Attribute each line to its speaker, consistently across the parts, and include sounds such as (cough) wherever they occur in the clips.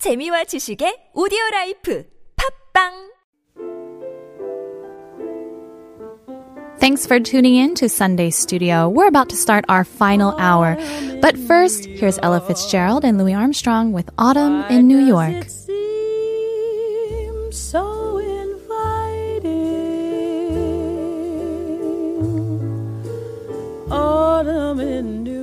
Speaker 1: 재미와 지식의 오디오 라이프 팝빵
Speaker 2: Thanks for tuning in to Sunday Studio. We're about to start our final hour. But first, here's Ella Fitzgerald and Louis Armstrong with Autumn in New York.
Speaker 3: seem so inviting. Autumn in New York.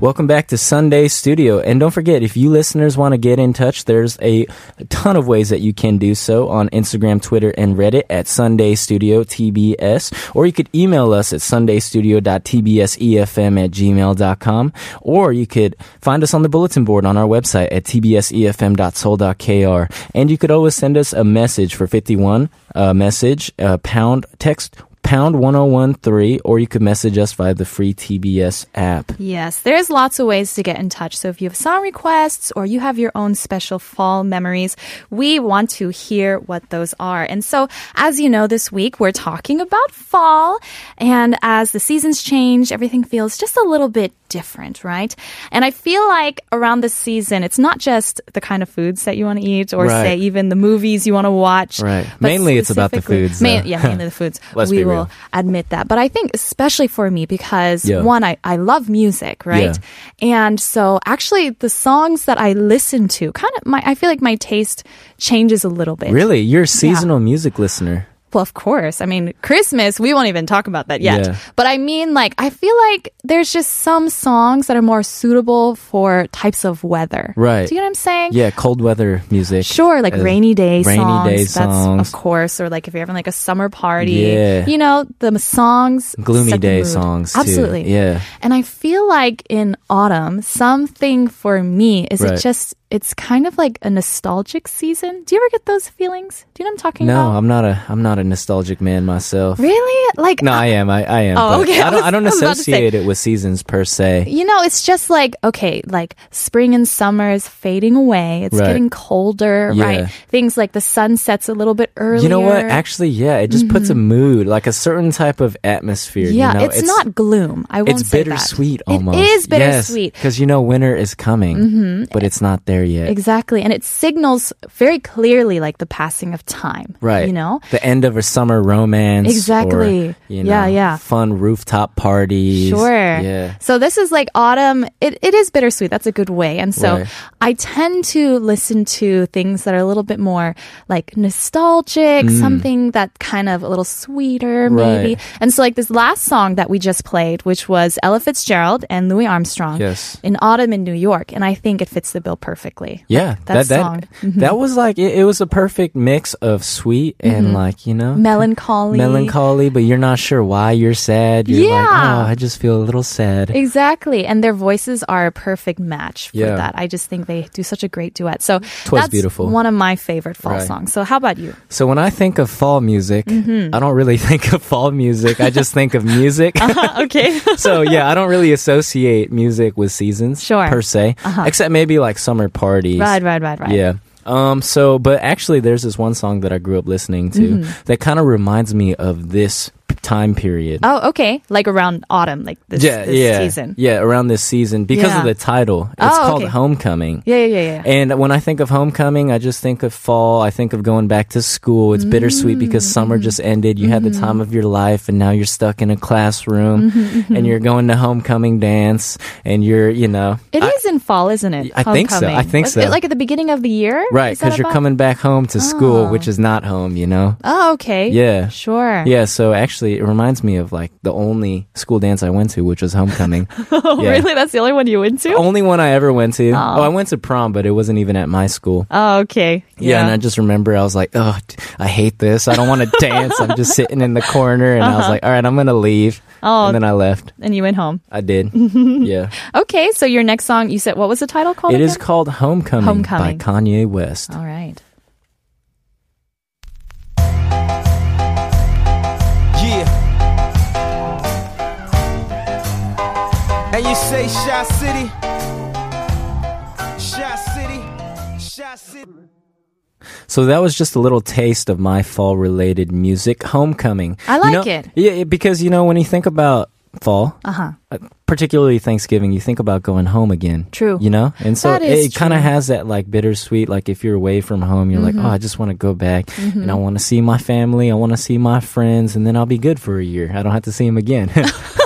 Speaker 4: Welcome back to Sunday Studio. And don't forget, if you listeners want to get in touch, there's a ton of ways that you can do so on Instagram, Twitter, and Reddit at Sunday Studio TBS. Or you could email us at sundaystudio.tbsefm E at gmail.com. Or you could find us on the bulletin board on our website at E tbsefm.soul.kr. And you could always send us a message for 51, a message, a pound text. Pound 1013, or you could message us via the free TBS app.
Speaker 2: Yes, there's lots of ways to get in touch. So if you have song requests or you have your own special fall memories, we want to hear what those are. And so, as you know, this week we're talking about fall. And as the seasons change, everything feels just a little bit different, right? And I feel like around this season, it's not just the kind of foods that you want to eat or
Speaker 4: Right.
Speaker 2: say even the movies you want to watch.
Speaker 4: Right.
Speaker 2: but
Speaker 4: Mainly it's about the
Speaker 2: specifically-
Speaker 4: foods,
Speaker 2: Ma-
Speaker 4: though.
Speaker 2: yeah, mainly the foods.
Speaker 4: (laughs) Let's
Speaker 2: we
Speaker 4: be
Speaker 2: will
Speaker 4: real.
Speaker 2: admit that. But I think especially for me because
Speaker 4: Yeah.
Speaker 2: one, I, I love music, right? And so actually the songs that I listen to kind of my I feel like my taste changes a little bit.
Speaker 4: Really? You're a seasonal music listener.
Speaker 2: Well, of course. I mean, Christmas, we won't even talk about that yet.
Speaker 4: Yeah.
Speaker 2: But I mean like I feel like there's just some songs that are more suitable for types of weather.
Speaker 4: Right.
Speaker 2: Do you know what I'm saying?
Speaker 4: Yeah, cold weather music.
Speaker 2: Sure, like
Speaker 4: Uh,
Speaker 2: rainy day
Speaker 4: rainy
Speaker 2: songs.
Speaker 4: day
Speaker 2: That's
Speaker 4: songs.
Speaker 2: of course, or like if you're having like a summer party.
Speaker 4: Yeah.
Speaker 2: You know the songs.
Speaker 4: Gloomy
Speaker 2: set the
Speaker 4: day
Speaker 2: mood.
Speaker 4: songs, too.
Speaker 2: Absolutely.
Speaker 4: Yeah.
Speaker 2: And I feel like in autumn, something for me is it
Speaker 4: Right.
Speaker 2: just it's kind of like a nostalgic season. Do you ever get those feelings? Do you know what I'm talking
Speaker 4: No,
Speaker 2: about?
Speaker 4: I'm not a I'm not a nostalgic man myself.
Speaker 2: really like
Speaker 4: No, I am. I, I am.
Speaker 2: Oh,
Speaker 4: but
Speaker 2: okay.
Speaker 4: I don't,
Speaker 2: (laughs) I
Speaker 4: I don't
Speaker 2: was- I was about to say.
Speaker 4: associate it with seasons per se.
Speaker 2: You know, it's just like, okay, like spring and summer is fading away. It's
Speaker 4: Right.
Speaker 2: getting colder,
Speaker 4: Yeah.
Speaker 2: right? Things like the sun sets a little bit earlier.
Speaker 4: You know what? Actually, yeah, it just puts a mood, like a certain type of atmosphere.
Speaker 2: Mm-hmm.
Speaker 4: you
Speaker 2: Yeah,
Speaker 4: know?
Speaker 2: it's, not gloom. I won't
Speaker 4: It's
Speaker 2: say that.
Speaker 4: bittersweet almost.
Speaker 2: It is bittersweet. Mm-hmm.
Speaker 4: Because you know winter is coming, but it's not there yet.
Speaker 2: Exactly. And it signals very clearly like the passing of time.
Speaker 4: Right.
Speaker 2: You know?
Speaker 4: The end of a summer romance. or,
Speaker 2: Exactly.
Speaker 4: you
Speaker 2: Yeah,
Speaker 4: know,
Speaker 2: yeah.
Speaker 4: Fun rooftop parties.
Speaker 2: Sure.
Speaker 4: Yeah.
Speaker 2: So this is like autumn. It, it is bittersweet. That's a good way. And so I
Speaker 4: Right.
Speaker 2: tend to listen to things that are a little bit more like nostalgic, something that kind of a little sweeter, maybe.
Speaker 4: Mm. Right.
Speaker 2: And so like this last song that we just played, which was Ella Fitzgerald and Louis Armstrong
Speaker 4: Yes.
Speaker 2: in Autumn in New York. And I think it fits the bill perfectly.
Speaker 4: Yeah,
Speaker 2: That song. Mm-hmm.
Speaker 4: that was like it, it was a perfect mix of sweet and like you know
Speaker 2: Mm-hmm. Melancholy.
Speaker 4: melancholy, but you're not sure why you're sad. You're like,
Speaker 2: Yeah.
Speaker 4: oh, I just feel a little sad.
Speaker 2: Exactly. And their voices are a perfect match for
Speaker 4: Yeah.
Speaker 2: that. I just think they do such a great duet. So
Speaker 4: Twas
Speaker 2: that's
Speaker 4: beautiful.
Speaker 2: one of my favorite fall
Speaker 4: Right.
Speaker 2: songs. So how about you?
Speaker 4: So when I think of fall music,
Speaker 2: Mm-hmm.
Speaker 4: I don't really (laughs) think of fall music. I just think of music.
Speaker 2: (laughs) Uh-huh. okay.
Speaker 4: so yeah, I don't really associate music with seasons,
Speaker 2: Sure. Uh-huh.
Speaker 4: per se, except maybe like summer parties.
Speaker 2: right, right, right, right.
Speaker 4: Yeah. Um, so, but actually, there's this one song that I grew up listening to
Speaker 2: Mm-hmm.
Speaker 4: that kind of reminds me of this p- time period.
Speaker 2: Oh, okay. Like around autumn, like this, this season.
Speaker 4: Yeah, around this season because of
Speaker 2: Yeah.
Speaker 4: the title. It's
Speaker 2: Oh,
Speaker 4: called
Speaker 2: okay.
Speaker 4: Homecoming.
Speaker 2: Yeah, yeah, yeah, yeah.
Speaker 4: And when I think of homecoming, I just think of fall. I think of going back to school. It's bittersweet because summer
Speaker 2: Mm.
Speaker 4: just ended. You had the time
Speaker 2: Mm-hmm.
Speaker 4: of your life and now you're stuck in a classroom and you're going to homecoming dance and you're, you know.
Speaker 2: It
Speaker 4: I-
Speaker 2: is in fall, isn't it?
Speaker 4: I think so.
Speaker 2: Homecoming.
Speaker 4: I think
Speaker 2: Was it
Speaker 4: so.
Speaker 2: like at the beginning of the year?
Speaker 4: Right,
Speaker 2: Is that
Speaker 4: because you're
Speaker 2: about- Ah.
Speaker 4: coming back home to school, which is not home, you know?
Speaker 2: Oh, okay.
Speaker 4: Yeah.
Speaker 2: Sure.
Speaker 4: Yeah, so actually, it reminds me of like the only school dance I went to, which was homecoming.
Speaker 2: (laughs) Oh,
Speaker 4: Yeah. Oh.
Speaker 2: really? That's the only one you went to?
Speaker 4: The only one I ever went to. Oh, I went to prom, but it wasn't even at my school.
Speaker 2: Oh, okay.
Speaker 4: Yeah, and I just remember I was like, oh, t- I hate this. I don't want to dance. I'm just sitting in the corner, and I was like, all right, I'm gonna leave.
Speaker 2: Oh.
Speaker 4: and then I left.
Speaker 2: And you went home.
Speaker 4: I did. yeah,
Speaker 2: Okay. So your next song, you said, what was the title called?
Speaker 4: it is
Speaker 2: again?
Speaker 4: called Homecoming,
Speaker 2: Oh Homecoming.
Speaker 4: by Kanye West.
Speaker 2: All right.
Speaker 5: Yeah. And you say Shy City. Shy City. Shy City.
Speaker 4: So that was just a little taste of my fall-related music. Homecoming.
Speaker 2: I
Speaker 4: You
Speaker 2: like
Speaker 4: know-
Speaker 2: it.
Speaker 4: Yeah, because you know when you think about fall,
Speaker 2: Uh-huh.
Speaker 4: uh, particularly Thanksgiving, you think about going home again.
Speaker 2: True.
Speaker 4: You know? And so
Speaker 2: That is
Speaker 4: it kind of
Speaker 2: true. Mm-hmm.
Speaker 4: has that like bittersweet, like if you're away from home, you're like, oh, I just want to go back and I want to see my family. I want to see my friends and then I'll be good for a year. I don't have to see them again.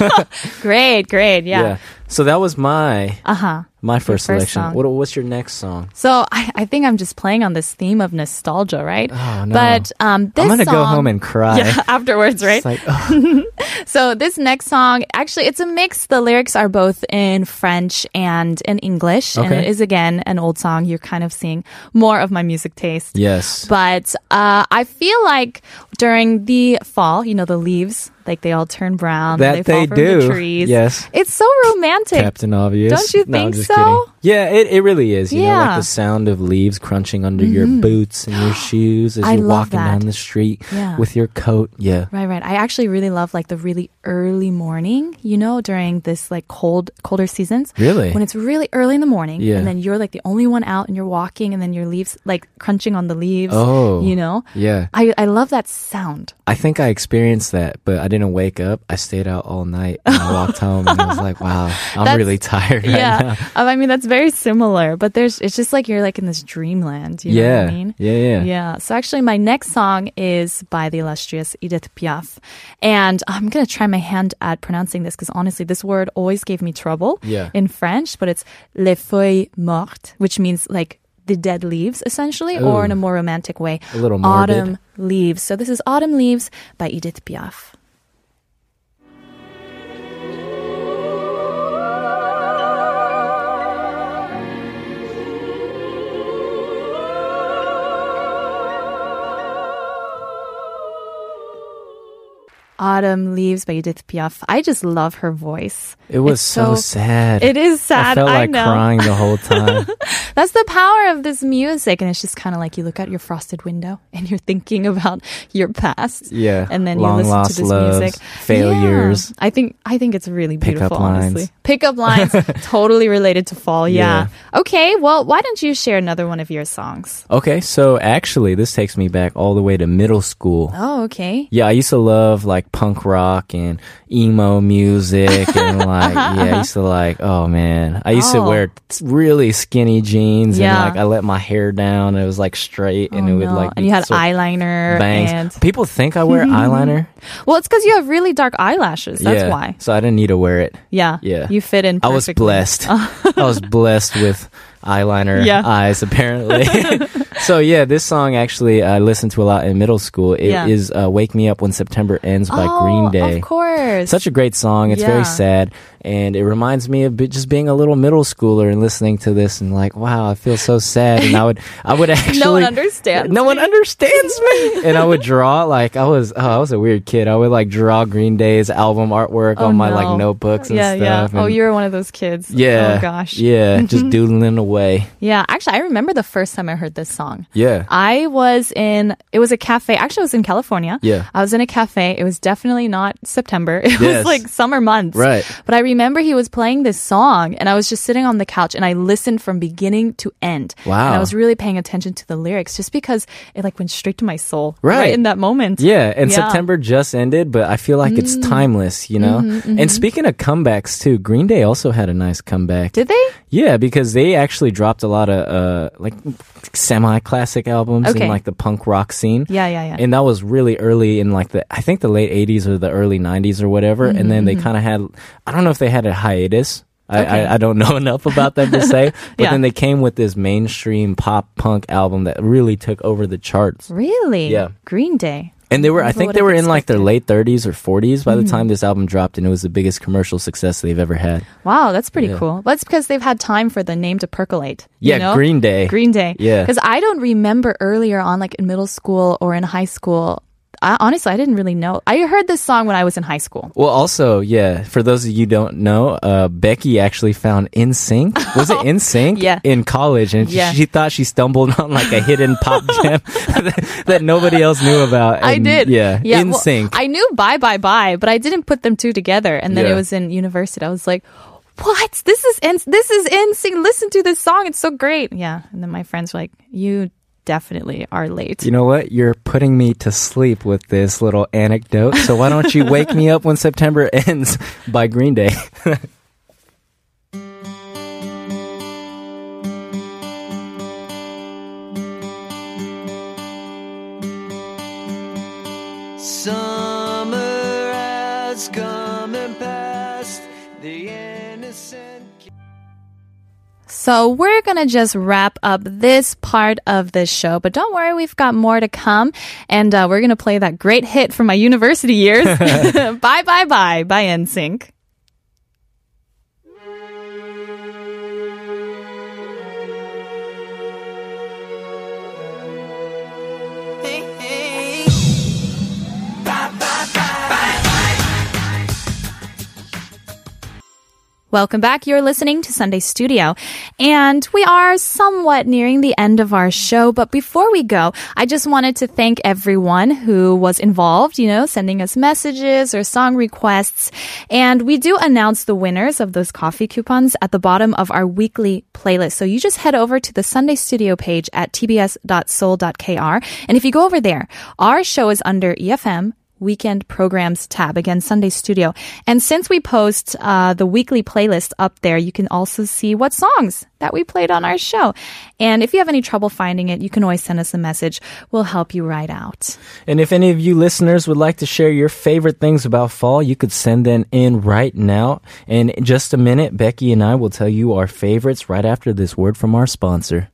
Speaker 4: (laughs)
Speaker 2: Great, great. Yeah.
Speaker 4: So that was my
Speaker 2: Uh-huh.
Speaker 4: my first,
Speaker 2: first
Speaker 4: selection.
Speaker 2: song.
Speaker 4: What, what's your next song?
Speaker 2: So I, I think I'm just playing on this theme of nostalgia, right?
Speaker 4: Oh, no.
Speaker 2: But um, this
Speaker 4: I'm going to go
Speaker 2: song-
Speaker 4: home and cry.
Speaker 2: yeah, (laughs) afterwards,
Speaker 4: (laughs)
Speaker 2: right?
Speaker 4: It's like, oh,
Speaker 2: So this next song, actually, it's a mix. The lyrics are both in French and in English, and
Speaker 4: Okay.
Speaker 2: it is again an old song. You're kind of seeing more of my music taste.
Speaker 4: yes.
Speaker 2: But uh, I feel like during the fall, you know, the leaves, like they all turn brown.
Speaker 4: That
Speaker 2: they,
Speaker 4: they
Speaker 2: fall from
Speaker 4: do.
Speaker 2: the trees.
Speaker 4: Yes.
Speaker 2: It's so romantic.
Speaker 4: Captain Obvious.
Speaker 2: Don't you
Speaker 4: No, I'm
Speaker 2: think
Speaker 4: just
Speaker 2: so?
Speaker 4: kidding. Yeah, it, it really is. You know,
Speaker 2: Yeah. Mm-hmm.
Speaker 4: like the sound of leaves crunching under your boots and your
Speaker 2: (gasps)
Speaker 4: shoes as
Speaker 2: I
Speaker 4: you're
Speaker 2: love
Speaker 4: walking
Speaker 2: that.
Speaker 4: down the street
Speaker 2: Yeah.
Speaker 4: with your coat. Yeah.
Speaker 2: Right, right. I actually really love like the really early morning, you know, during this like cold, colder seasons.
Speaker 4: Really?
Speaker 2: When it's really early in the morning
Speaker 4: Yeah.
Speaker 2: and then you're like the only one out and you're walking and then your leaves like crunching on the leaves.
Speaker 4: Oh.
Speaker 2: You know?
Speaker 4: Yeah.
Speaker 2: I, I love that sound.
Speaker 4: I think I experienced that, but I didn't wake up. I stayed out all night and I walked home and I was like,
Speaker 2: (laughs)
Speaker 4: wow,
Speaker 2: That's-
Speaker 4: I'm really tired right now.
Speaker 2: yeah. Um, I mean, that's very similar, but there's, it's just like you're like in this dreamland. (laughs) You know
Speaker 4: Yeah.
Speaker 2: what I mean?
Speaker 4: yeah. Yeah.
Speaker 2: Yeah. So actually, my next song is by the illustrious Edith Piaf. And I'm going to try my hand at pronouncing this because honestly, this word always gave me trouble
Speaker 4: Yeah.
Speaker 2: in French, but it's Les Feuilles Mortes, which means like the dead leaves, essentially, or
Speaker 4: Ooh.
Speaker 2: in a more romantic way,
Speaker 4: A little morbid.
Speaker 2: Autumn Leaves. So this is Autumn Leaves by Edith Piaf. Autumn Leaves by Edith Piaf. I just love her voice.
Speaker 4: It was
Speaker 2: It's
Speaker 4: so, sad.
Speaker 2: It is sad.
Speaker 4: I felt like
Speaker 2: know.
Speaker 4: crying the whole time.
Speaker 2: (laughs) That's the power of this music. And it's just kind of like you look out your frosted window (laughs) and you're thinking about your past.
Speaker 4: Yeah.
Speaker 2: And then you
Speaker 4: Long
Speaker 2: listen
Speaker 4: lost
Speaker 2: to this
Speaker 4: loves,
Speaker 2: music.
Speaker 4: failures.
Speaker 2: Yeah. I think I think it's really
Speaker 4: Pickup
Speaker 2: beautiful,
Speaker 4: lines.
Speaker 2: honestly. Pickup
Speaker 4: (laughs)
Speaker 2: lines totally related to fall, yeah. Okay, well, why don't you share another one of your songs?
Speaker 4: Okay, so actually, this takes me back all the way to middle school.
Speaker 2: Oh, okay.
Speaker 4: Yeah, I used to love like punk rock and emo music
Speaker 2: (laughs)
Speaker 4: and like yeah, I used to like oh man, I used
Speaker 2: Oh.
Speaker 4: to wear t- really skinny jeans
Speaker 2: Yeah.
Speaker 4: and like I let my hair down and it was like straight and it
Speaker 2: Oh,
Speaker 4: would
Speaker 2: no.
Speaker 4: like
Speaker 2: and
Speaker 4: be
Speaker 2: you had
Speaker 4: sort of
Speaker 2: eyeliner
Speaker 4: bangs.
Speaker 2: and
Speaker 4: People think
Speaker 2: (laughs)
Speaker 4: I wear eyeliner.
Speaker 2: well, it's because you have really dark eyelashes. That's
Speaker 4: yeah,
Speaker 2: why.
Speaker 4: So I didn't need to wear it.
Speaker 2: Yeah,
Speaker 4: Yeah.
Speaker 2: you fit in.
Speaker 4: I was
Speaker 2: perfectly. (laughs)
Speaker 4: blessed. I was blessed with eyeliner
Speaker 2: Yeah. (laughs)
Speaker 4: eyes, apparently. so yeah, this song actually I listened to a lot in middle school. It is
Speaker 2: Yeah.
Speaker 4: uh, "Wake Me Up When September Ends" by
Speaker 2: oh,
Speaker 4: Green Day.
Speaker 2: Of course.
Speaker 4: Such a great song. It's
Speaker 2: Yeah.
Speaker 4: very sad, and it reminds me of be- just being a little middle schooler and listening to this and like, wow, I feel so sad. And I would, I would actually
Speaker 2: (laughs) no one understands.
Speaker 4: No one understands
Speaker 2: (laughs)
Speaker 4: me. and I would draw like I was. Oh, I was a weird kid. I would like draw Green Day's album artwork
Speaker 2: Oh,
Speaker 4: on my
Speaker 2: no.
Speaker 4: like notebooks and
Speaker 2: yeah, yeah.
Speaker 4: stuff.
Speaker 2: Oh,
Speaker 4: and-
Speaker 2: you were one of those kids.
Speaker 4: yeah.
Speaker 2: Oh gosh.
Speaker 4: Yeah,
Speaker 2: (laughs)
Speaker 4: just doodling away.
Speaker 2: Yeah. Actually, I remember the first time I heard this song.
Speaker 4: Yeah.
Speaker 2: I was in. It was a cafe. Actually, I was in California.
Speaker 4: Yeah.
Speaker 2: I was in a cafe. It was definitely not September. (laughs) It was
Speaker 4: Yes.
Speaker 2: like summer months.
Speaker 4: Right.
Speaker 2: But I remember he was playing this song, and I was just sitting on the couch, and I listened from beginning to end.
Speaker 4: Wow.
Speaker 2: And I was really paying attention to the lyrics, just because it like went straight to my soul.
Speaker 4: Right.
Speaker 2: in that moment.
Speaker 4: Yeah, and
Speaker 2: Yeah. Mm.
Speaker 4: September just ended, but I feel like it's timeless, you know?
Speaker 2: Mm-hmm,
Speaker 4: And speaking of comebacks, too, Green Day also had a nice comeback.
Speaker 2: Did they?
Speaker 4: Yeah, because they actually dropped a lot of uh, like semi-classic albums
Speaker 2: Okay.
Speaker 4: in like the punk rock scene.
Speaker 2: Yeah, yeah, yeah.
Speaker 4: And that was really early in like the I think the late '80s or the early '90s or whatever. And then they kind of had I don't know if they had a hiatus. I,
Speaker 2: Mm-hmm. Okay.
Speaker 4: I, I don't (laughs) know enough about them to
Speaker 2: (laughs)
Speaker 4: say, but
Speaker 2: Yeah.
Speaker 4: then they came with this mainstream pop punk album that really took over the charts.
Speaker 2: Really?
Speaker 4: Yeah.
Speaker 2: Green Day.
Speaker 4: And they were,
Speaker 2: Never
Speaker 4: I think
Speaker 2: would
Speaker 4: they
Speaker 2: have
Speaker 4: were in like their
Speaker 2: expected. Mm-hmm.
Speaker 4: late 30s or 40s by the time this album dropped, and it was the biggest commercial success they've ever had.
Speaker 2: Wow, that's pretty
Speaker 4: Yeah.
Speaker 2: cool. That's because they've had time for the name to percolate. you
Speaker 4: Yeah,
Speaker 2: know?
Speaker 4: Green Day.
Speaker 2: Green Day.
Speaker 4: Yeah.
Speaker 2: Because I don't remember earlier on, like in middle school or in high school. I, honestly, I didn't really know. I heard this song when I was in high school.
Speaker 4: Well, also, yeah, for those of you who don't know, uh, Becky actually found In Sync. Was
Speaker 2: (laughs)
Speaker 4: it In Sync?
Speaker 2: Yeah.
Speaker 4: In college, and
Speaker 2: Yeah.
Speaker 4: she, she thought she stumbled on like a hidden
Speaker 2: (laughs)
Speaker 4: pop gem (laughs) that, that nobody else knew about.
Speaker 2: I
Speaker 4: And,
Speaker 2: did.
Speaker 4: Yeah, In
Speaker 2: well,
Speaker 4: Sync.
Speaker 2: I knew Bye Bye Bye, but I didn't put them two together. And then
Speaker 4: Yeah.
Speaker 2: it was in university. I was like, what? This is in, this is in sync. Listen to this song. It's so great. Yeah. And then my friends were like, you definitely are late.
Speaker 4: You know what? You're putting me to sleep with this little anecdote. So why don't you wake me up when September (laughs) ends by Green Day?
Speaker 5: Summer has come and passed. The innocent.
Speaker 2: So we're gonna just wrap up this part of the show, but don't worry, we've got more to come, and uh, we're gonna play that great hit from my university years. (laughs) bye, bye, bye, by NSYNC. Welcome back. You're listening to Sunday Studio. And we are somewhat nearing the end of our show. But before we go, I just wanted to thank everyone who was involved, you know, sending us messages or song requests. And we do announce the winners of those coffee coupons at the bottom of our weekly playlist. So you just head over to the Sunday Studio page at tbs.soul.kr. And if you go over there, our show is under E EFM weekend programs tab again sunday studio and since we post uh, the weekly playlist up there you can also see what songs that we played on our show and if you have any trouble finding it you can always send us a message we'll help you right out
Speaker 4: And if any of you listeners would like to share your favorite things about fall, you could send them in right now. In just a minute, Becky and I will tell you our favorites right after this word from our sponsor.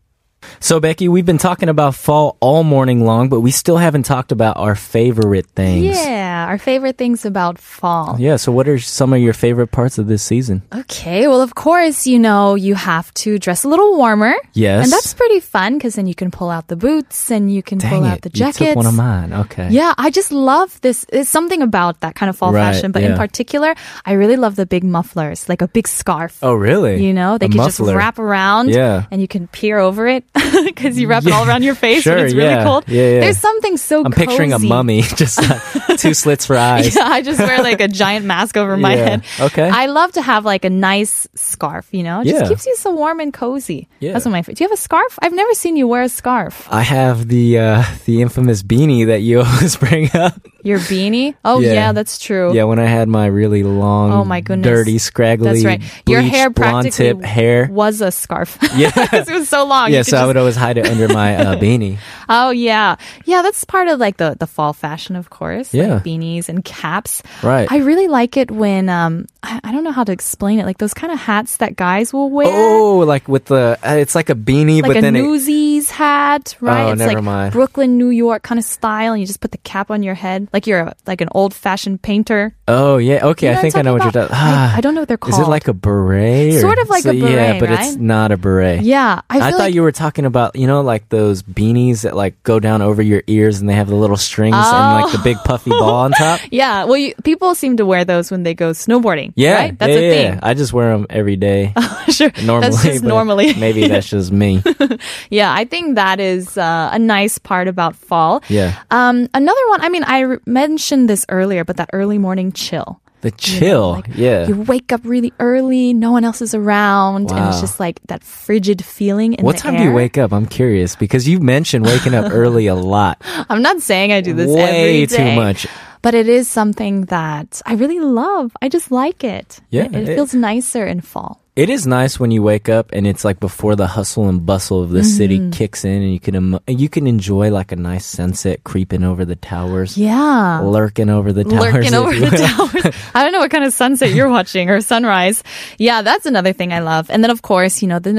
Speaker 4: So, Becky, we've been talking about fall all morning long, but we still haven't talked about our favorite things.
Speaker 2: yeah our favorite things about fall
Speaker 4: Yeah, so what are some of your favorite parts of this season?
Speaker 2: Okay, well, of course, you know, you have to dress a little warmer.
Speaker 4: Yes.
Speaker 2: And that's pretty fun because then you can pull out the boots and you can
Speaker 4: Dang
Speaker 2: pull
Speaker 4: it,
Speaker 2: out the jackets.
Speaker 4: you took one of mine. Okay.
Speaker 2: Yeah, I just love this. It's something about that kind of fall
Speaker 4: Right,
Speaker 2: fashion, but in
Speaker 4: yeah.
Speaker 2: particular, I really love the big mufflers, like a big scarf.
Speaker 4: Oh, really?
Speaker 2: You know, they
Speaker 4: A
Speaker 2: can just
Speaker 4: muffler.
Speaker 2: wrap around
Speaker 4: Yeah.
Speaker 2: and you can peer over it (laughs) because you wrap it all around your face
Speaker 4: Sure,
Speaker 2: when it's really
Speaker 4: yeah,
Speaker 2: cold.
Speaker 4: yeah, yeah.
Speaker 2: There's something so
Speaker 4: I'm picturing a
Speaker 2: cozy.
Speaker 4: mummy, (laughs) just like two slits for eyes.
Speaker 2: (laughs) Yeah, I just wear like a giant mask over my
Speaker 4: (laughs) Yeah,
Speaker 2: head.
Speaker 4: okay.
Speaker 2: I love to have like a nice scarf, you know? It just
Speaker 4: Yeah.
Speaker 2: keeps you so warm and cozy.
Speaker 4: Yeah.
Speaker 2: That's one of my favorite. Do you have a scarf? I've never seen you wear a scarf.
Speaker 4: I have the uh, the infamous beanie that you (laughs) always bring up.
Speaker 2: Your beanie? Oh, yeah,
Speaker 4: Yeah.
Speaker 2: that's true.
Speaker 4: Yeah, when I had my really long,
Speaker 2: Oh my goodness.
Speaker 4: dirty, scraggly,
Speaker 2: That's right. Your
Speaker 4: bleached,
Speaker 2: hair
Speaker 4: blonde
Speaker 2: practically
Speaker 4: tip hair.
Speaker 2: was a scarf. (laughs)
Speaker 4: Yeah.
Speaker 2: 'Cause it was so long.
Speaker 4: yeah,
Speaker 2: You
Speaker 4: so
Speaker 2: could
Speaker 4: I
Speaker 2: just-
Speaker 4: would always hide it under my
Speaker 2: (laughs)
Speaker 4: uh, beanie.
Speaker 2: Oh yeah, yeah. That's part of like the the fall fashion, of course. like
Speaker 4: Yeah.
Speaker 2: beanies and caps.
Speaker 4: Right.
Speaker 2: I really like it when um I, I don't know how to explain it. Like those kind of hats that guys will wear.
Speaker 4: Oh, like with the uh, it's like a beanie,
Speaker 2: Like
Speaker 4: but
Speaker 2: a
Speaker 4: then it,
Speaker 2: Newsies hat, right?
Speaker 4: Oh,
Speaker 2: it's
Speaker 4: never
Speaker 2: like
Speaker 4: mind.
Speaker 2: Brooklyn, New York kind of style, and you just put the cap on your head, like you're a, like an old fashioned painter.
Speaker 4: oh yeah, okay,
Speaker 2: You
Speaker 4: I
Speaker 2: know
Speaker 4: think I
Speaker 2: I'm
Speaker 4: know what you're
Speaker 2: talking
Speaker 4: talking.
Speaker 2: about. I- I don't know what they're
Speaker 4: Is
Speaker 2: called.
Speaker 4: it like a beret? or-
Speaker 2: Sort of like
Speaker 4: so-
Speaker 2: a
Speaker 4: yeah,
Speaker 2: beret,
Speaker 4: but
Speaker 2: right?
Speaker 4: it's not a beret.
Speaker 2: Yeah, I, feel
Speaker 4: I, thought
Speaker 2: like,
Speaker 4: you were talking about you know like those beanies that like go down over your ears and they have the little strings and like the big puffy ball on top.
Speaker 2: Yeah, well, you, people seem to wear those when they go snowboarding.
Speaker 4: Yeah,
Speaker 2: right? that's
Speaker 4: yeah,
Speaker 2: a
Speaker 4: yeah,
Speaker 2: thing.
Speaker 4: yeah. I just wear them every day.
Speaker 2: sure,
Speaker 4: normally,
Speaker 2: (laughs)
Speaker 4: (laughs)
Speaker 2: that's just
Speaker 4: but
Speaker 2: normally.
Speaker 4: maybe that's just me.
Speaker 2: (laughs) Yeah, I think that is uh, a nice part about fall.
Speaker 4: Yeah.
Speaker 2: Um, another one. I mean, I r- mentioned this earlier, but that early morning chill.
Speaker 4: The
Speaker 2: you know,
Speaker 4: chill,
Speaker 2: like,
Speaker 4: yeah.
Speaker 2: You wake up really early. No one else is around, and it's
Speaker 4: Wow.
Speaker 2: just like that frigid feeling in
Speaker 4: what
Speaker 2: the
Speaker 4: time
Speaker 2: air.
Speaker 4: do you wake up? I'm curious because you mentioned waking up early
Speaker 2: (laughs)
Speaker 4: a lot,
Speaker 2: I'm not saying I do this
Speaker 4: way
Speaker 2: every day,
Speaker 4: too much.
Speaker 2: but it is something that I really love. I just like it.
Speaker 4: Yeah,
Speaker 2: it, it
Speaker 4: it-
Speaker 2: feels nicer in fall.
Speaker 4: It is nice when you wake up and it's like before the hustle and bustle of the city
Speaker 2: Mm-hmm.
Speaker 4: kicks in, and you can em- you can enjoy like a nice sunset creeping over the towers,
Speaker 2: Yeah.
Speaker 4: lurking over the towers,
Speaker 2: Lurking
Speaker 4: if
Speaker 2: over
Speaker 4: you
Speaker 2: the
Speaker 4: (laughs) will.
Speaker 2: towers. I don't know what kind of sunset you're watching or sunrise. Yeah, that's another thing I love. And then, of course, you know, the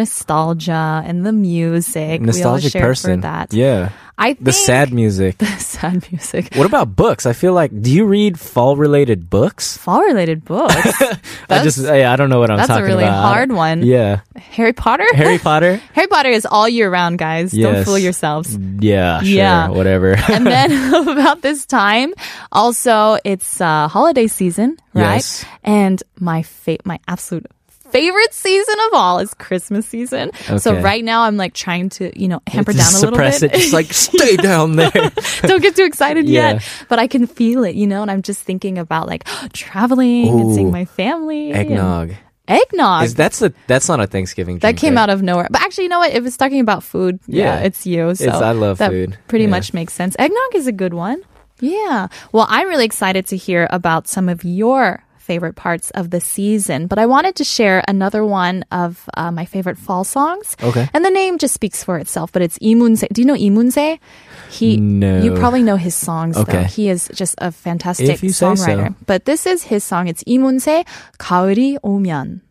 Speaker 2: nostalgia and the music.
Speaker 4: nostalgic
Speaker 2: we all share
Speaker 4: person.
Speaker 2: For that.
Speaker 4: Yeah,
Speaker 2: I think (laughs)
Speaker 4: the sad music.
Speaker 2: sad music.
Speaker 4: What about books? I feel like do you read fall related books?
Speaker 2: Fall related books.
Speaker 4: (laughs) I just yeah, I don't know what I'm
Speaker 2: that's a
Speaker 4: talking about.
Speaker 2: really
Speaker 4: I-
Speaker 2: hard one.
Speaker 4: Yeah,
Speaker 2: Harry Potter? (laughs)
Speaker 4: Harry Potter.
Speaker 2: Harry Potter is all year round, guys. Don't
Speaker 4: Yes.
Speaker 2: fool yourselves.
Speaker 4: Yeah, sure,
Speaker 2: Yeah.
Speaker 4: whatever.
Speaker 2: And
Speaker 4: (laughs)
Speaker 2: then (laughs) about this time, also it's uh, holiday season, right?
Speaker 4: Yes.
Speaker 2: And my fa- my absolute favorite season of all is Christmas season. So
Speaker 4: Okay.
Speaker 2: right now I'm like trying to,
Speaker 4: (laughs)
Speaker 2: you know, hamper down
Speaker 4: Just
Speaker 2: a little
Speaker 4: suppress
Speaker 2: bit.
Speaker 4: it. Just like stay down there.
Speaker 2: (laughs) Don't get too excited
Speaker 4: (laughs) Yeah.
Speaker 2: yet, but I can feel it, you know, and I'm just thinking about like (gasps) traveling and seeing
Speaker 4: Ooh.
Speaker 2: my family. and-
Speaker 4: Eggnog.
Speaker 2: Eggnog.
Speaker 4: Is that's a that's not a Thanksgiving drink.
Speaker 2: that came
Speaker 4: right?
Speaker 2: out of nowhere. But actually, you know what? If it's talking about food, yeah,
Speaker 4: Yeah.
Speaker 2: it's you. So
Speaker 4: It's- I love
Speaker 2: that
Speaker 4: food.
Speaker 2: Pretty
Speaker 4: Yeah.
Speaker 2: much makes sense. Eggnog is a good one. Yeah. Well, I'm really excited to hear about some of your favorite parts of the season, but I wanted to share another one of uh, my favorite fall songs.
Speaker 4: Okay.
Speaker 2: And the name just speaks for itself, but it's Imunse. Do you know Imunse? He,
Speaker 4: No.
Speaker 2: you probably know his songs though.
Speaker 4: Okay.
Speaker 2: He is just a fantastic
Speaker 4: If you say so.
Speaker 2: songwriter. But this is his song. It's 이문세 가을이 오면.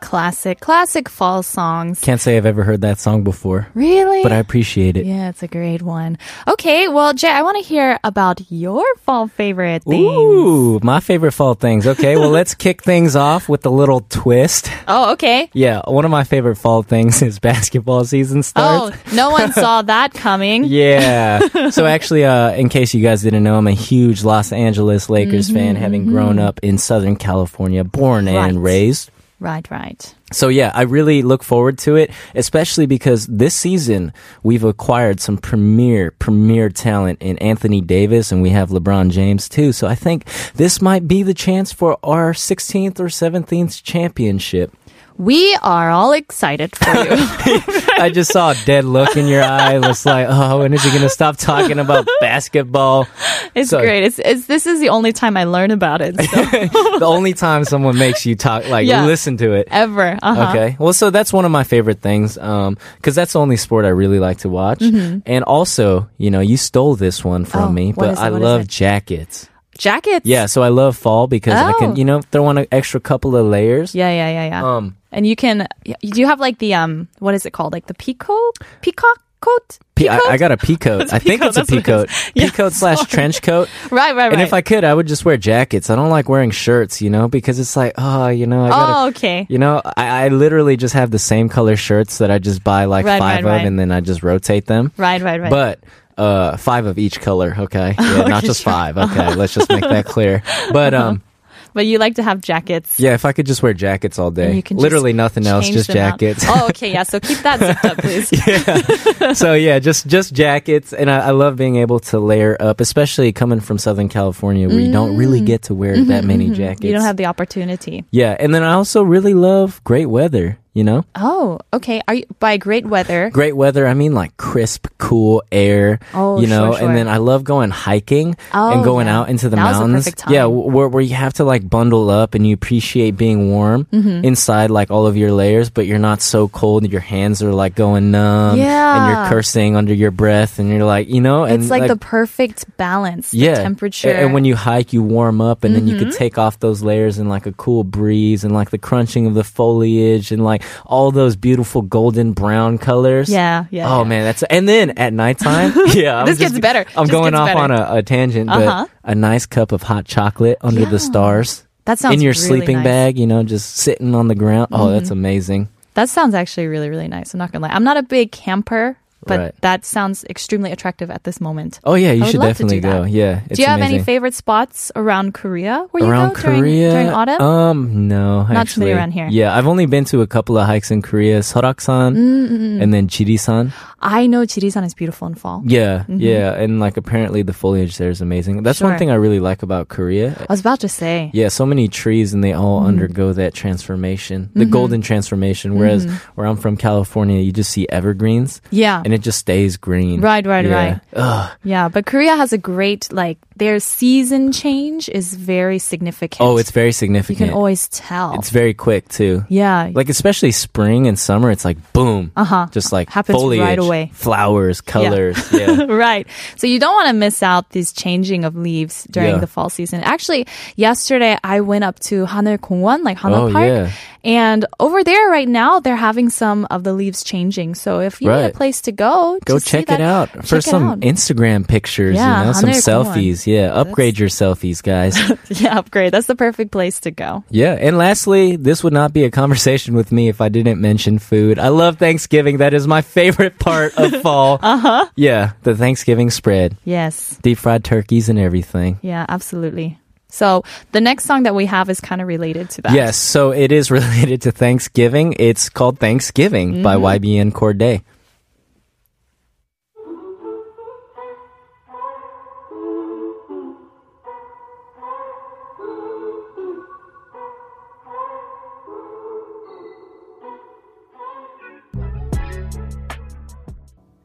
Speaker 2: Classic, classic fall songs.
Speaker 4: Can't say I've ever heard that song before,
Speaker 2: really?
Speaker 4: but I appreciate it.
Speaker 2: Yeah, it's a great one. Okay, well, Jay, I want to hear about your fall favorite thing.
Speaker 4: Ooh, my favorite fall things. Okay, well let's kick things off with a little twist.
Speaker 2: Oh, okay.
Speaker 4: Yeah, one of my favorite fall things is basketball season starts.
Speaker 2: Oh,
Speaker 4: (laughs)
Speaker 2: no one saw that coming.
Speaker 4: Yeah. so actually, uh, in case you guys didn't know, I'm a huge Los Angeles Lakers fan, having grown up in Southern California, born
Speaker 2: Right.
Speaker 4: and raised.
Speaker 2: Right, right.
Speaker 4: So yeah, I really look forward to it, especially because this season we've acquired some premier, premier talent in Anthony Davis and we have LeBron James too. So I think this might be the chance for our 16th or 17th championship.
Speaker 2: We are all excited for you.
Speaker 4: (laughs)
Speaker 2: (laughs)
Speaker 4: I just saw a dead look in your eye. It was like, oh, when is he going to stop talking about basketball?
Speaker 2: It's
Speaker 4: So-
Speaker 2: great. It's, it's this is the only time I learn about it
Speaker 4: (laughs)
Speaker 2: so,
Speaker 4: the only time someone makes you talk, like
Speaker 2: Yeah.
Speaker 4: listen to it.
Speaker 2: ever. Uh-huh.
Speaker 4: Okay. Well, so that's one of my favorite things um, because that's the only sport I really like to watch. And also, you know, you stole this one from
Speaker 2: Mm-hmm. Oh,
Speaker 4: me,
Speaker 2: what
Speaker 4: but
Speaker 2: is it?
Speaker 4: I
Speaker 2: What is
Speaker 4: love
Speaker 2: it?
Speaker 4: jackets.
Speaker 2: Jackets.
Speaker 4: Yeah, so I love fall because I
Speaker 2: Oh.
Speaker 4: can, you know, throw on an extra couple of layers.
Speaker 2: Yeah, yeah, yeah, yeah.
Speaker 4: Um,
Speaker 2: and you can you do you have like the um what is it called? Like the peacoat? Peacock coat?
Speaker 4: Pe- I, I got
Speaker 2: (laughs)
Speaker 4: a peacoat. I think
Speaker 2: peacoat,
Speaker 4: it's a
Speaker 2: that's what it
Speaker 4: peacoat.
Speaker 2: is. (laughs) Yeah,
Speaker 4: Peacoat slash
Speaker 2: (laughs)
Speaker 4: trench coat.
Speaker 2: Right, right, right.
Speaker 4: And if I could, I would just wear jackets. I don't like wearing shirts, you know, because it's like, oh, you know, I gotta,
Speaker 2: Oh, okay.
Speaker 4: You know, I, I literally just have the same color shirts that I just buy like
Speaker 2: Right,
Speaker 4: five
Speaker 2: right,
Speaker 4: of
Speaker 2: right.
Speaker 4: and then I just rotate them.
Speaker 2: Right, right, right.
Speaker 4: But uh, five of each color,
Speaker 2: (laughs)
Speaker 4: okay? Yeah, not just five. Okay, let's just make that clear. But
Speaker 2: Uh-huh.
Speaker 4: um,
Speaker 2: but you like to have jackets.
Speaker 4: yeah, if I could just wear jackets all
Speaker 2: And
Speaker 4: day,
Speaker 2: you can
Speaker 4: literally
Speaker 2: just
Speaker 4: nothing else,
Speaker 2: change
Speaker 4: just
Speaker 2: them out. (laughs)
Speaker 4: jackets.
Speaker 2: Oh, okay, yeah. So keep that zipped up,
Speaker 4: (laughs)
Speaker 2: please.
Speaker 4: so yeah, just just jackets, and I, I love being able to layer up, especially coming from Southern California where you don't really get to wear that many jackets.
Speaker 2: Mm. Mm-hmm, You don't have the opportunity.
Speaker 4: yeah, and then I also really love great weather. You know,
Speaker 2: Oh, okay. Are you by great weather?
Speaker 4: great weather. I mean, like crisp, cool air.
Speaker 2: Oh,
Speaker 4: you know.
Speaker 2: sure, sure.
Speaker 4: And then I love going hiking
Speaker 2: Oh,
Speaker 4: and going
Speaker 2: yeah.
Speaker 4: out into the
Speaker 2: Now's the
Speaker 4: mountains.
Speaker 2: perfect time.
Speaker 4: Yeah, wh- where where you have to like bundle up and you appreciate being warm
Speaker 2: Mm-hmm.
Speaker 4: inside, like all of your layers, but you're not so cold. and Your hands are like going numb. And
Speaker 2: Yeah.
Speaker 4: you're cursing under your breath, and you're like, you know, and
Speaker 2: it's like, the perfect balance. the
Speaker 4: yeah
Speaker 2: temperature. Mm-hmm.
Speaker 4: A- and when you hike you warm up and then you can take off those layers in like a cool breeze and like the crunching of the foliage and like all those beautiful golden brown colors
Speaker 2: Yeah, yeah,
Speaker 4: oh
Speaker 2: yeah.
Speaker 4: man that's and then
Speaker 2: (laughs)
Speaker 4: at nighttime yeah I'm
Speaker 2: This gets better.
Speaker 4: i'm
Speaker 2: Just
Speaker 4: going
Speaker 2: gets
Speaker 4: off
Speaker 2: better.
Speaker 4: on a, a tangent but
Speaker 2: Uh-huh.
Speaker 4: a nice cup of hot chocolate under the stars
Speaker 2: that sounds
Speaker 4: in your
Speaker 2: really
Speaker 4: sleeping
Speaker 2: nice. Mm-hmm.
Speaker 4: bag you know just sitting on the ground oh that's amazing
Speaker 2: That sounds actually really, really nice. I'm not gonna lie. I'm not a big camper, but
Speaker 4: Right.
Speaker 2: that sounds extremely attractive at this moment.
Speaker 4: oh yeah you
Speaker 2: would
Speaker 4: should
Speaker 2: love to do
Speaker 4: definitely go
Speaker 2: that.
Speaker 4: yeah it's
Speaker 2: Do you have
Speaker 4: amazing.
Speaker 2: any favorite spots around Korea where
Speaker 4: around
Speaker 2: you go during,
Speaker 4: Korea
Speaker 2: during autumn?
Speaker 4: Um, no,
Speaker 2: Not too
Speaker 4: actually.
Speaker 2: many around here.
Speaker 4: Yeah, I've only been to a couple of hikes in Korea, Seoraksan
Speaker 2: Mm.
Speaker 4: and then Chirisan.
Speaker 2: I know Chirisan is beautiful in fall.
Speaker 4: Yeah, yeah, and like apparently the foliage there is amazing.
Speaker 2: Mm-hmm.
Speaker 4: That's
Speaker 2: Sure.
Speaker 4: one thing I really like about Korea.
Speaker 2: I was about to say.
Speaker 4: Yeah, so many trees and they all
Speaker 2: Mm-hmm.
Speaker 4: undergo that transformation, the golden transformation. Whereas
Speaker 2: Mm-hmm.
Speaker 4: where I'm from, California, you just see evergreens
Speaker 2: Yeah.
Speaker 4: and it just stays green.
Speaker 2: Right, right,
Speaker 4: Yeah.
Speaker 2: right.
Speaker 4: Ugh.
Speaker 2: Yeah, but Korea has a great like their season change is very significant.
Speaker 4: Oh, it's very
Speaker 2: you can
Speaker 4: significant.
Speaker 2: always tell.
Speaker 4: it's very quick too.
Speaker 2: yeah,
Speaker 4: like especially spring and summer it's like boom
Speaker 2: Uh-huh.
Speaker 4: just like
Speaker 2: Happens
Speaker 4: foliage,
Speaker 2: right away.
Speaker 4: flowers
Speaker 2: (laughs)
Speaker 4: colors yeah
Speaker 2: (laughs) right. So you don't want to miss out these changing of leaves during
Speaker 4: Yeah.
Speaker 2: the fall season. Actually, yesterday I went up to Hanul Kongwon, like Hanul
Speaker 4: Oh,
Speaker 2: Park,
Speaker 4: yeah.
Speaker 2: and over there right now they're having some of the leaves changing. So if you need a
Speaker 4: Right.
Speaker 2: place to go,
Speaker 4: go
Speaker 2: to see
Speaker 4: check
Speaker 2: that,
Speaker 4: it out for
Speaker 2: check it
Speaker 4: some
Speaker 2: out.
Speaker 4: instagram pictures
Speaker 2: Yeah,
Speaker 4: you know some
Speaker 2: 하늘 공원.
Speaker 4: selfies yeah upgrade your selfies guys
Speaker 2: (laughs) yeah, upgrade. That's the perfect place to go.
Speaker 4: yeah and lastly this would not be a conversation with me if i didn't mention food i love thanksgiving that is my (laughs) favorite part of fall uh-huh yeah the thanksgiving spread
Speaker 2: Yes.
Speaker 4: deep fried turkeys and everything
Speaker 2: Yeah, absolutely. So the next song that we have is kind of related to that.
Speaker 4: Yes, so it is (laughs) related to Thanksgiving. It's called Thanksgiving by YBN Corday.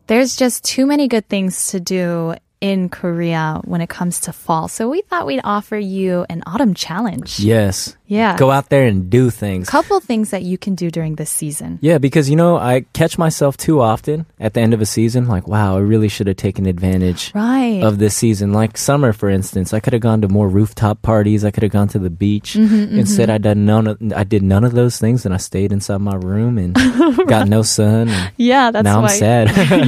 Speaker 2: There's just too many good things to do in Korea when it comes to fall. So we thought we'd offer you an autumn challenge.
Speaker 4: Yes.
Speaker 2: Yeah.
Speaker 4: Go out there and do things.
Speaker 2: couple things that you can do during this season.
Speaker 4: Yeah, because you know, I catch myself too often at the end of a season, like, wow, I really should have taken advantage
Speaker 2: Right.
Speaker 4: of this season. Like summer, for instance, I could have gone to more rooftop parties. I could have gone to the beach.
Speaker 2: Mm-hmm,
Speaker 4: Instead, I done none. Of, I did none of those things, and I stayed inside my
Speaker 2: (laughs)
Speaker 4: room and got no sun. and
Speaker 2: yeah, that's
Speaker 4: now I'm
Speaker 2: why
Speaker 4: sad.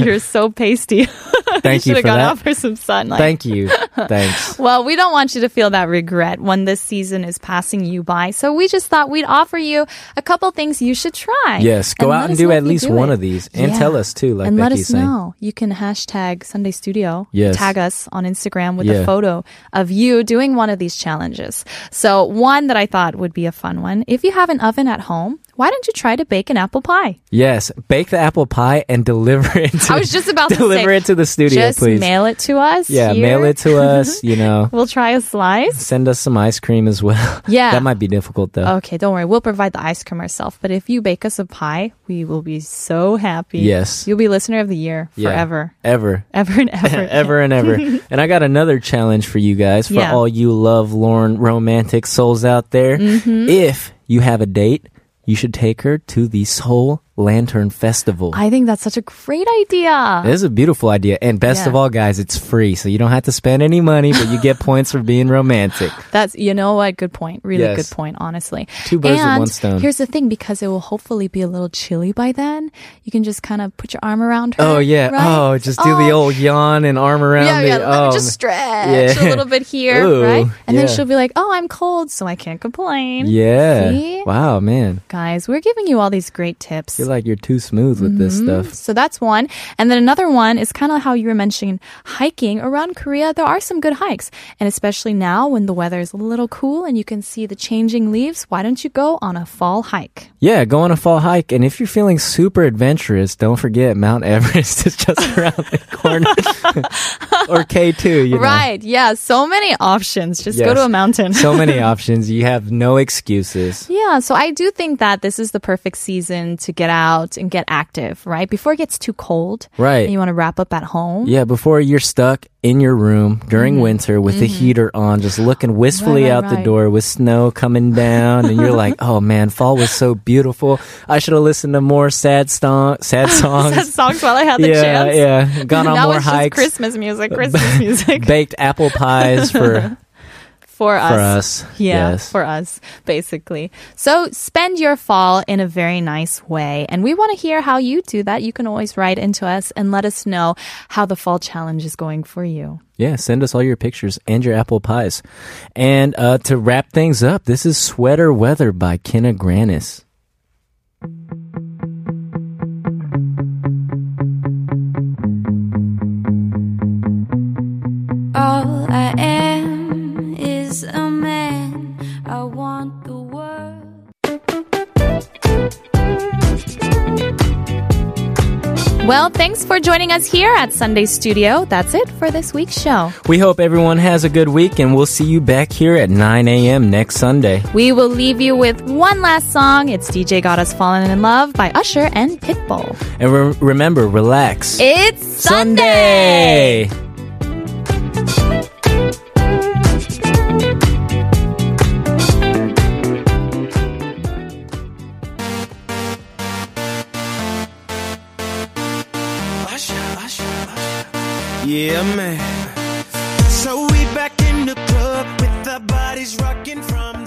Speaker 2: (laughs)
Speaker 4: (laughs)
Speaker 2: you're so pasty. (laughs)
Speaker 4: Thank you
Speaker 2: should
Speaker 4: for
Speaker 2: have gone out
Speaker 4: that.
Speaker 2: for some sunlight. (laughs)
Speaker 4: Thank you. Thanks.
Speaker 2: Well, we don't want you to feel that regret when this season is passing you by. So we just thought we'd offer you a couple things you should try.
Speaker 4: Yes, go
Speaker 2: let
Speaker 4: out and
Speaker 2: us
Speaker 4: do
Speaker 2: know
Speaker 4: at
Speaker 2: if you
Speaker 4: least
Speaker 2: do
Speaker 4: one
Speaker 2: it.
Speaker 4: of these, and
Speaker 2: Yeah.
Speaker 4: tell us too, like
Speaker 2: and let
Speaker 4: Becky's
Speaker 2: us
Speaker 4: saying.
Speaker 2: know. You can hashtag Sunday Studio,
Speaker 4: Yes.
Speaker 2: tag us on Instagram with a
Speaker 4: Yeah.
Speaker 2: photo of you doing one of these challenges. So one that I thought would be a fun one. If you have an oven at home, why don't you try to bake an apple pie?
Speaker 4: Yes, bake the apple pie and deliver it.
Speaker 2: (laughs)
Speaker 4: To,
Speaker 2: I was just about to
Speaker 4: deliver
Speaker 2: say,
Speaker 4: it to the studio,
Speaker 2: Just
Speaker 4: please.
Speaker 2: mail it to us.
Speaker 4: yeah,
Speaker 2: here.
Speaker 4: mail it to
Speaker 2: (laughs)
Speaker 4: us. You know,
Speaker 2: We'll try a slice.
Speaker 4: send us some ice cream as well.
Speaker 2: Yeah.
Speaker 4: (laughs)
Speaker 2: Oh.
Speaker 4: that might be difficult though.
Speaker 2: Okay, don't worry. We'll provide the ice cream ourselves. But if you bake us a pie, we will be so happy.
Speaker 4: Yes.
Speaker 2: You'll be listener of the year
Speaker 4: Yeah.
Speaker 2: forever.
Speaker 4: Ever.
Speaker 2: Ever
Speaker 4: (laughs)
Speaker 2: and (laughs) ever.
Speaker 4: ever and ever. and I got another challenge for you guys, for
Speaker 2: Yeah.
Speaker 4: all you love Lauren romantic souls out there.
Speaker 2: Mm-hmm.
Speaker 4: If you have a date, you should take her to the Seoul Lantern Festival.
Speaker 2: I think that's such a great idea.
Speaker 4: This is a beautiful idea. And best
Speaker 2: Yeah.
Speaker 4: of all, guys, it's free. So you don't have to spend any money, but you get points for
Speaker 2: (laughs)
Speaker 4: being romantic.
Speaker 2: That's you know what, good point. Really
Speaker 4: Yes.
Speaker 2: good point, honestly.
Speaker 4: Two birds with
Speaker 2: and
Speaker 4: one stone.
Speaker 2: Here's the thing, because it will hopefully be a little chilly by then. You can just kind of put your arm around her.
Speaker 4: Oh, yeah.
Speaker 2: right?
Speaker 4: Oh, just do the
Speaker 2: Oh,
Speaker 4: old yawn and arm around
Speaker 2: Yeah,
Speaker 4: the.
Speaker 2: yeah. Let
Speaker 4: oh,
Speaker 2: me just stretch
Speaker 4: Yeah.
Speaker 2: a little bit here,
Speaker 4: (laughs) Ooh,
Speaker 2: right? And then
Speaker 4: yeah.
Speaker 2: she'll be like, "Oh, I'm cold, so I can't complain."
Speaker 4: Yeah.
Speaker 2: See?
Speaker 4: Wow, man.
Speaker 2: Guys, we're giving you all these great tips.
Speaker 4: You're like, you're too smooth with this
Speaker 2: Mm-hmm.
Speaker 4: stuff.
Speaker 2: So that's one. And then another one is kind of how you were mentioning hiking around Korea. There are some good hikes. And especially now when the weather is a little cool and you can see the changing leaves, why don't you go on a fall hike?
Speaker 4: Yeah, go on a fall hike. And if you're feeling super adventurous, don't forget Mount Everest (laughs) is just around the corner. (laughs) or K2, you know.
Speaker 2: Right. Yeah. So many options. Just go
Speaker 4: Yes.
Speaker 2: to a mountain.
Speaker 4: so many (laughs) options. You have no excuses.
Speaker 2: (laughs) Yeah, so I do think that this is the perfect season to get out and get active, right? Before it gets too cold.
Speaker 4: Right.
Speaker 2: And you want to wrap up at home.
Speaker 4: Yeah, before you're stuck in your room during winter with the heater on, just looking wistfully
Speaker 2: Mm-hmm. Right,
Speaker 4: out
Speaker 2: right,
Speaker 4: the
Speaker 2: right.
Speaker 4: door with snow coming down, and you're like, "Oh man, fall was so beautiful. I should have listened to more sad,
Speaker 2: (laughs)
Speaker 4: ston- sad songs.
Speaker 2: Said songs while I had the
Speaker 4: yeah,
Speaker 2: chance.
Speaker 4: yeah. Gone
Speaker 2: (laughs)
Speaker 4: on
Speaker 2: now
Speaker 4: more
Speaker 2: it's
Speaker 4: hikes.
Speaker 2: just Christmas
Speaker 4: (laughs)
Speaker 2: music, Christmas music
Speaker 4: Baked apple pies
Speaker 2: (laughs)
Speaker 4: for
Speaker 2: for us.
Speaker 4: for us.
Speaker 2: Yeah,
Speaker 4: yes.
Speaker 2: for us, basically. So spend your fall in a very nice way. And we want to hear how you do that. You can always write into us and let us know how the fall challenge is going for you.
Speaker 4: Yeah, send us all your pictures and your apple pies. And uh, to wrap things up, this is Sweater Weather by Kenna Granis.
Speaker 6: All I am is a man. I want the world.
Speaker 2: Well, thanks for joining us here at Sunday Studio. That's it for this week's show.
Speaker 4: We hope everyone has a good week, and we'll see you back here at 9 a.m. next Sunday.
Speaker 2: We will leave you with one last song. It's DJ Got Us Fallen in Love by Usher and Pitbull.
Speaker 4: And re- remember, relax.
Speaker 2: It's
Speaker 4: Sunday!
Speaker 5: Yeah, man. So we back in the club with our bodies rocking from